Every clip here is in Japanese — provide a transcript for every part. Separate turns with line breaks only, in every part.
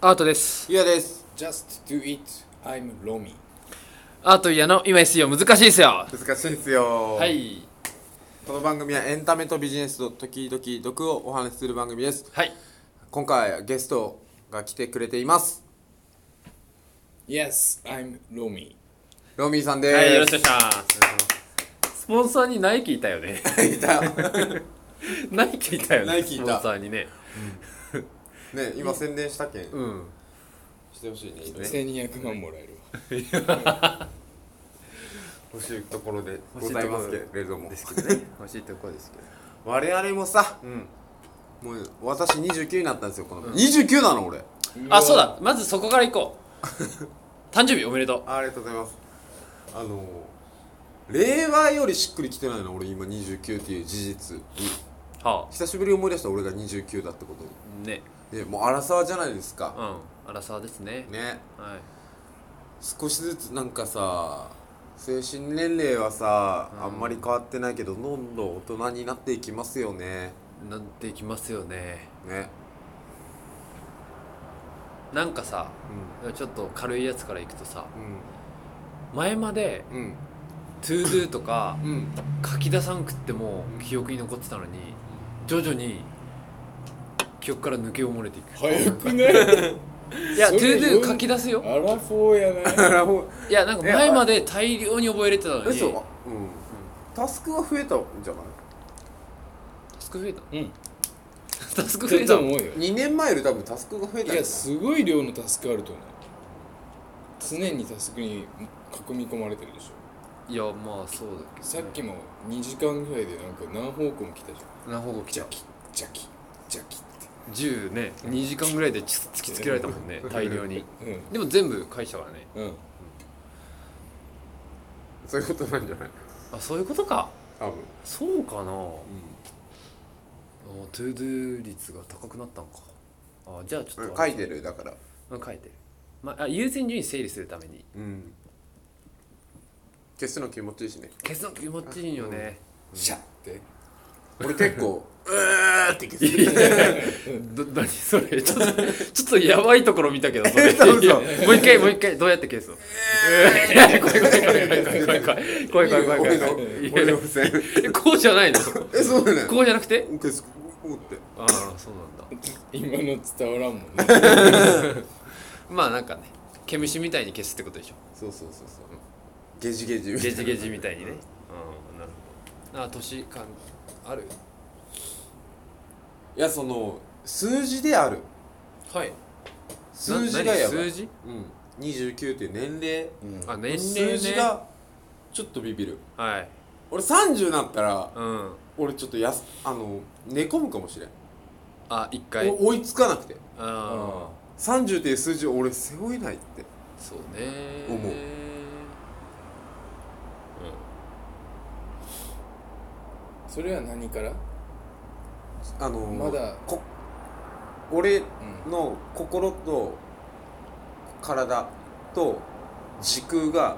アートです
ゆうやです。Just do it. I'm Romy。
アートイヤの今 SEO 難しいですよ
難しいですよ。
は。い
この番組はエンタメとビジネスと時々毒をお話しする番組です。
はい
今回はゲストが来てくれています。Yes, I'm Romy。ロミーさんです。
はいよろしくお願いしますスポンサーにナイキいたよね
いた。ね、
ナイキいたよね
ナイキいた
スポンサーにね
今宣伝したけん。
うん
してほしいね。
1200万もらえるわ
欲しいところで
欲
ご
しいところ
ざいますけれども。
ですけどね欲しいとこですけど
我々もさ、
ん
もう私29になったんですよ、この前。29なの俺。
あそうだまずそこから行こ う誕生日おめでと
ありがとうございますあの令和よりしっくりきてないの俺今29っていう事実に
うは
久しぶりに思い出した俺が29だってこと
あね
にでもう荒沢じゃないです
う
か
ん荒沢ですね
ね
はい
少しずつなんかさ精神年齢はさ、
うん
あんまり変わってないけどどんどん大人になっていきますよね
なっていきますよね
ね
なんかさ
う
ちょっと軽いやつからいくとさ
ん
前まで
うん
「ToDo」とか
うんうん
書き出さんくっても記憶に残ってたのに徐々に記憶から抜け漏れていく
早 くない
いや「
それ
ToDo」書き出すよ
アラフォーやな
だからもう
いやなんか前まで大量に覚えれてたの に
嘘うんタスクが増えたんじゃない
タスク増えた
うん
タスク増
だ
え
と
た
思うよ
2年前より多分タスクが増えた
い
ん
や
じ
すごい量のタスクあると思う常にタスクに囲み込まれてるでしょ
いやまあそうだけど、ね、
さっきも2時間ぐらいでなんか何方向も来たじゃん
何方向来
ジ
ちゃ
ャ
う
キジャキジャキっ
10ね2時間ぐらいでち突きつけられたもんね大量に
てうん
でも全部返したからね
うん、
ゃんそういうことなんじゃない
あそういうことか
多分
そうかな
うん
あトゥードゥー率が高くなったのかあじゃあちょっと
書いてるだから
うん書いてる、まあ、あ優先順位整理するために
うん消すの気持ちいいしね
消すの気持ちいいよね、
シャッて
俺結構うーって消
い
す
やいやど何それちょっとちょっとやばいところ見たけ どそれ
嘘嘘
いやもう一回もう一回どうやって消すのいやいや怖い怖い怖い怖い怖い怖い怖い怖い怖い怖い怖い
俺
い
の
やい
俺
や
の付箋
えこうじゃないの
えそうだね
こうじゃなくて
消すこうって
ああそうなんだ
今の伝わらんもんね
まあなんかね毛虫みたいに消すってことでしょ
そうそうそうそうゲジゲジ
ゲジゲジみたいにねうんなるほどあ年感ある
いやその数字である
はい
数字がやばい
数字
うん29っていう年齢
あ年齢ね
数字がちょっとビビる
はい
俺30になったら
うん
俺ちょっとやすあの寝込むかもしれん
あ一回
お追いつかなくて
ああ
30っていう数字を俺背負えないって
そうね
思う
それは何から
あの
まだ
こ俺
う
の心と体と時空が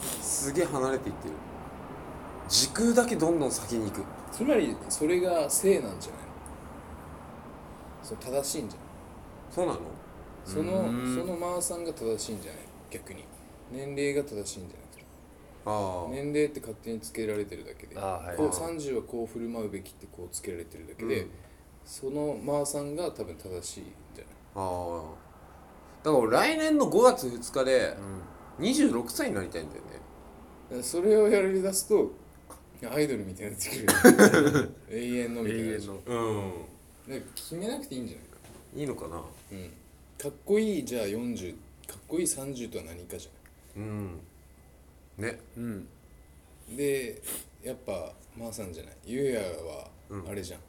すげえ離れていってる時空だけどんどん先に行く
つまりそれが性なんじゃないのその正しいんじゃない
そうなの
その
うん
そのマーさんが正しいんじゃない逆に年齢が正しいんじゃなくて
ああ、
年齢って勝手につけられてるだけで
あーはい
こう30はこう振る舞うべきってこうつけられてるだけで、
うん
そのマーさんが多分正しいんじゃない
ああだから俺来年の5月2日で
う
26歳になりたいんだよね
だからそれをやりだすとアイドルみたいになってくる 永遠の
ん
みたいな
永
だ
遠
か
の
う
ら決めなくていいんじゃないか
んいいのかな
うんかっこいいじゃあ40かっこいい30とは何かじゃ
うんね
うん
ないでやっぱマーさんじゃないゆうやは
うん
あれじゃん、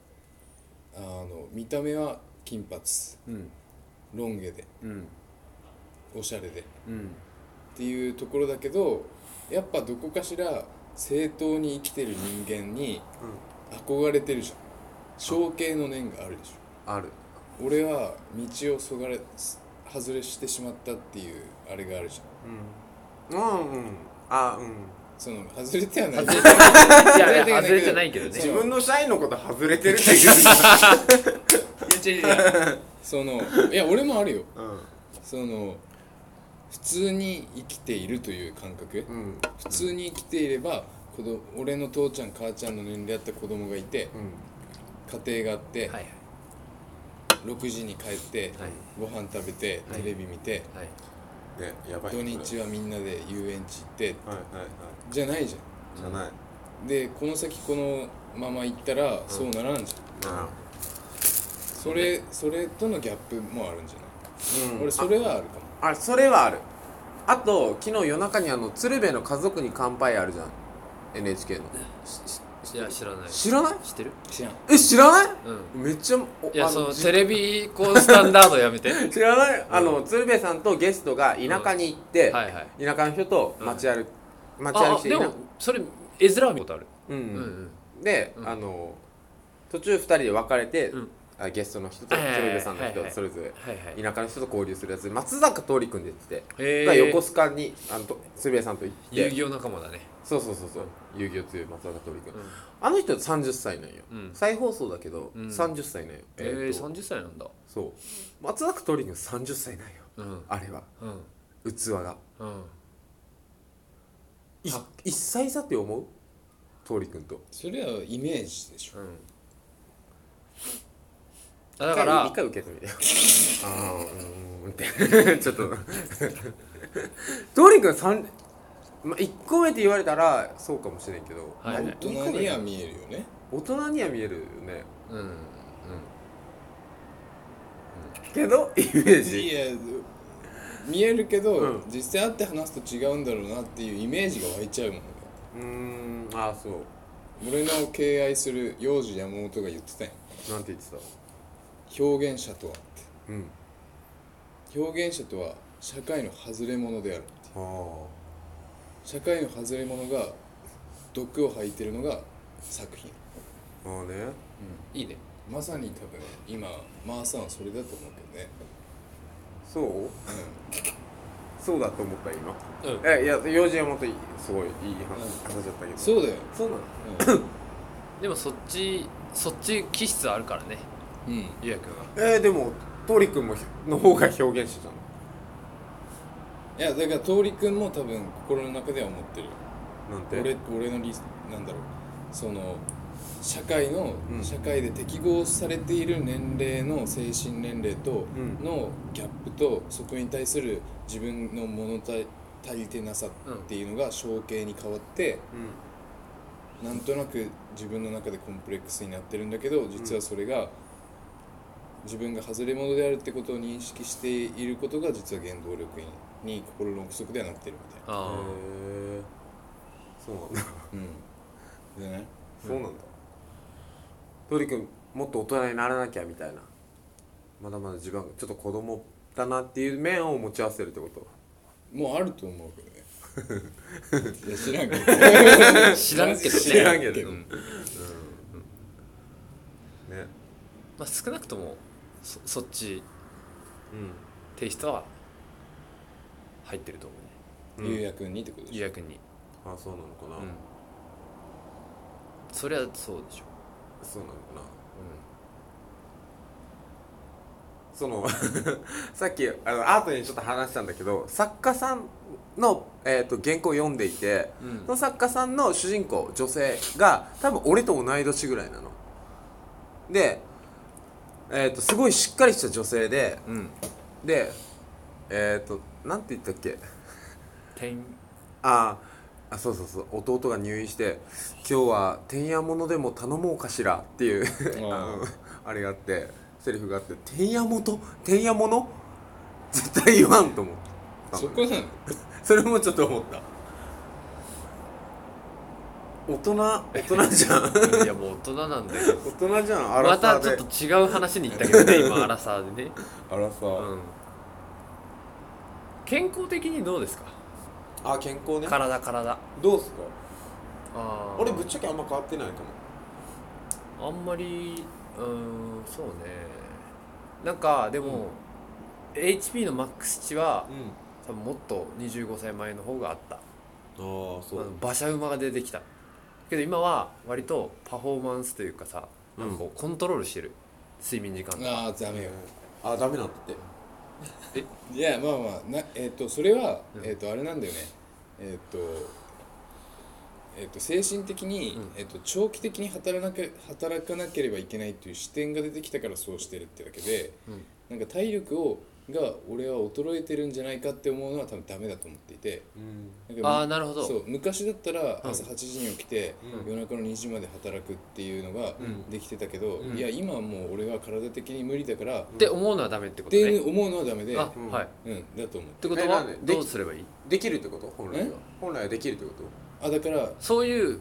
あの見た目は金髪
うん
ロン毛で
うん
おしゃれでっ
うん
ていうところだけどやっぱどこかしら正当に生きてる人間に憧れてるじゃん象形の念があるでし
ある
ょ俺は道をそがれ外れしてしまったっていうあれがあるじゃん
うんうんうんあうん
その外れてはない
いやいや外れてないけどね
そう
自分の社員のこと外れてるって言う
ちゃいるじゃんそのいや俺もあるよ
うん
その普通に生きているという感覚、
うん
普通に生きていれば子供俺の父ちゃん母ちゃんの年齢あった子供がいて
うん
家庭があって、
はい
6時に帰って、
はい
ご飯食べて
はい
テレビ見て、
はい
ねやばい
土日はみんなで遊園地行って
はいはいはい
じゃないじ
じゃない
ゃんでこの先このまま行ったらそうならんじゃん、
な
それそれとのギャップもあるんじゃない、俺それはあるかも
あそれはあるあと昨日夜中にあの鶴瓶の家族に乾杯あるじゃん NHK の
いや知らない
知らない
知ってる
知らん
え知らない
うん
めっちゃお
いや
あ
その
じ
テレビこうスタンダードやめ て
知らないあの鶴瓶さんとゲストが田舎に行って、
はいはい
田舎の人と街歩,、街歩
あ
きして
で
田
もそれ絵面は見たことある
うん、
うんうん
で、
うん
あの途中2人で別れて、
うん
あゲストの人と
はいはいはい
鶴瓶さんの人
はいはい
それぞれ
はいはい
田舎の人と交流するやつ松坂桃李君でやってて、
へー
が横須賀にあのと鶴瓶さんと行って
遊戯王仲間だね
そうそうそうそう遊戯王強い松坂桃李君、
うん
あの人30歳なんよ、
うん
再放送だけど、
うん
30歳なんよ
えー、
と
30歳なんだ
そう松坂桃李君30歳なんよ
うん
あれは
うん
器が
うん
い1歳差って思う桃李君と
それはイメージでしょ
うんあだから
一回受け止めてあーうーんって ちょっとドリ君三まあ、1個目って言われたらそうかもしれんけど、
はいはい
まあ
大人には見えるよね
大人には見えるよね
うんうん
けどイメー
い
ジ
や見えるけど、
うん
実際会って話すと違うんだろうなっていうイメージが湧いちゃうもんね
うーんああそう
俺の敬愛する幼児山本が言ってたよ
なんて言ってた
表現者とはっ
うん
て表現者とは社会の外れ者であるって
ああ
社会の外れ者が毒を吐いてるのが作品
まあね
いいね
まさに多分今マーさんはそれだと思うけどね
そう、そうだと思った今
うん
えいや幼児はもっといいすごいいい話話だったけどう
そうだよ、
そうなの
でもそっちそっち気質あるからね
うん、うん、
ゆうやくんは
えー、でも桃李君もひの方が表現してたの
いやだから通りくんも多分心の中では思ってるよ
なんて
俺俺のリスなんだろうその社会の、
うん
社会で適合されている年齢の精神年齢と
うん
のギャップとそこに対する自分の物足りてなさっていうのが象形に変わって、
うん
なんとなく自分の中でコンプレックスになってるんだけど実はそれが自分が外れ者であるってことを認識していることが実は原動力にに心の奥底ではなってるみたいな。
へ
あ
えそうなんだ
うん、じゃない
そうなんだ鳥くんもっと大人にならなきゃみたいなまだまだ自分はちょっと子供だなっていう面を持ち合わせてるってこと
もうあると思うけどねいや知らんけど
あ知らんけどね
知らんけど
うん
ね
まあ、少なくともそそっち
うん
テイストは入ってると思うね
うん
ゆうやくんにってことで
ゆ
し
う
ょ
やくんに
あそうなのかな、
うんそれはそうでしょ
そうなのかなその さっきあのアートにちょっと話したんだけど作家さんの、えー、と原稿を読んでいて、
うん
その作家さんの主人公女性が多分俺と同い年ぐらいなの。で、えー、とすごいしっかりした女性で
うん、うん、
でえっ、となんて言ったっけ
てん
あーあそうそうそう弟が入院して「今日はてんやものでも頼もうかしら」っていうあのあれがあってセリフがあって「てんやもとてんやもの?」絶対言わんと思ったの
そこなの
それもちょっと思った大人大人じゃ ん
いやもう大人なんだよ
大人じゃんア
ま
ラ
た
サー
ちょっ
で
と違う話に行ったけどね今アラサーでね、
アラサ
う
ー、
ん、健康的にどうですか
あ健康ね
体体あ
どうすか
あ
俺ぶっちゃけあんま変わってないかも
あんまりうーんそうねなんかでも、HP のマックス値は
う
多分もっと25歳前の方があった
んああそ
あの馬車馬が出てきたけど今は割とパフォーマンスというかさなんかこうコントロールしてる、睡眠時間とか
ああダメよ
あダメなんだって
いやまあまあなえっ、とそれは、
うん
えっ、とあれなんだよねえっ、とえっ、と精神的に、
うん
えっ、と長期的に働かなけ働かなければいけないという視点が出てきたからそうしてるってだけで
うん
なんか体力をが俺は衰えてるんじゃないかって思うのは多分ダメだと思っていて
うん
なん
あ
か
あなるほど
そう昔だったら
うん
朝8時に起きて、
うん
夜中の2時まで働くっていうのが
うん
できてたけど、
うん
いや今はもう俺は体的に無理だから、っ
って思うのはダメってこと
て
ね
思うのはダメで、
あ、
うん
はいっ
うん、だと思う
てこと
えな
は
んでで
どうすればいい
できるってこと本来は
え
本来はできるってこ
あだから
そういう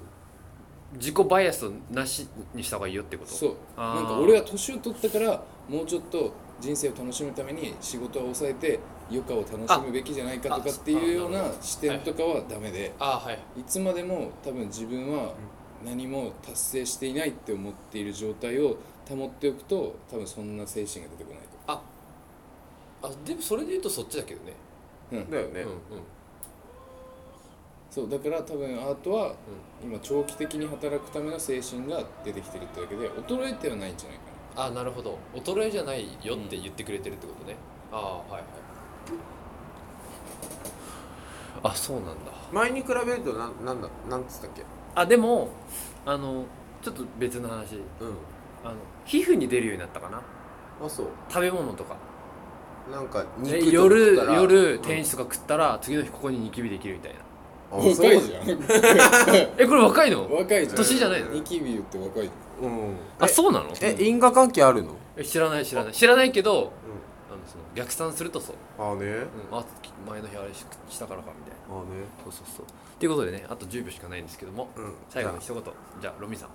自己バイアスをなしにした方がいいよってこと
そう
あー
なんか俺は年を取ったからもうちょっと人生を楽しむために仕事を抑えて余暇を楽しむべきじゃないかとかっていうよう
ああ
な視点とかはダメで
ああはい
いつまでも多分自分は何も達成していないって思っている状態を保っておくと多分そんな精神が出てこないと
あでもそれで言うとそっちだけどね
とだよね
そうだから多分アートは今長期的に働くための精神が出てきてるってだけで衰えてはないんじゃないかな
ああなるほど衰えじゃないよ
って
言ってくれてるってことね、ああはいはいあそうなんだ
前に比べるとなんなんだなんつったっけ
あでもあのちょっと別の話
うん
あの皮膚に出るようになったかな
あそう
食べ物とか
なんか肉
え
とか
夜
食ったら
夜天使とか食ったら次の日ここにニキビできるみたいな
うんあ
若い
そう
じゃん
えこれ若いの
若いじゃん
年じゃないの
ニキビ言って若いじ
うん
あそうなの
え因果関係あるの
え知らない知らない知らないけどあのその逆算するとそう、
あね
うん、あ前の日あれししたからかみたいな
あね
そうそうそうということでねあと10秒しかないんですけども
うん
最後の一言じゃあロミさん
ゃ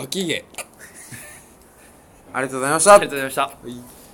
ん脇毛
ありがとうございまし
あり
た
がとうございました
はい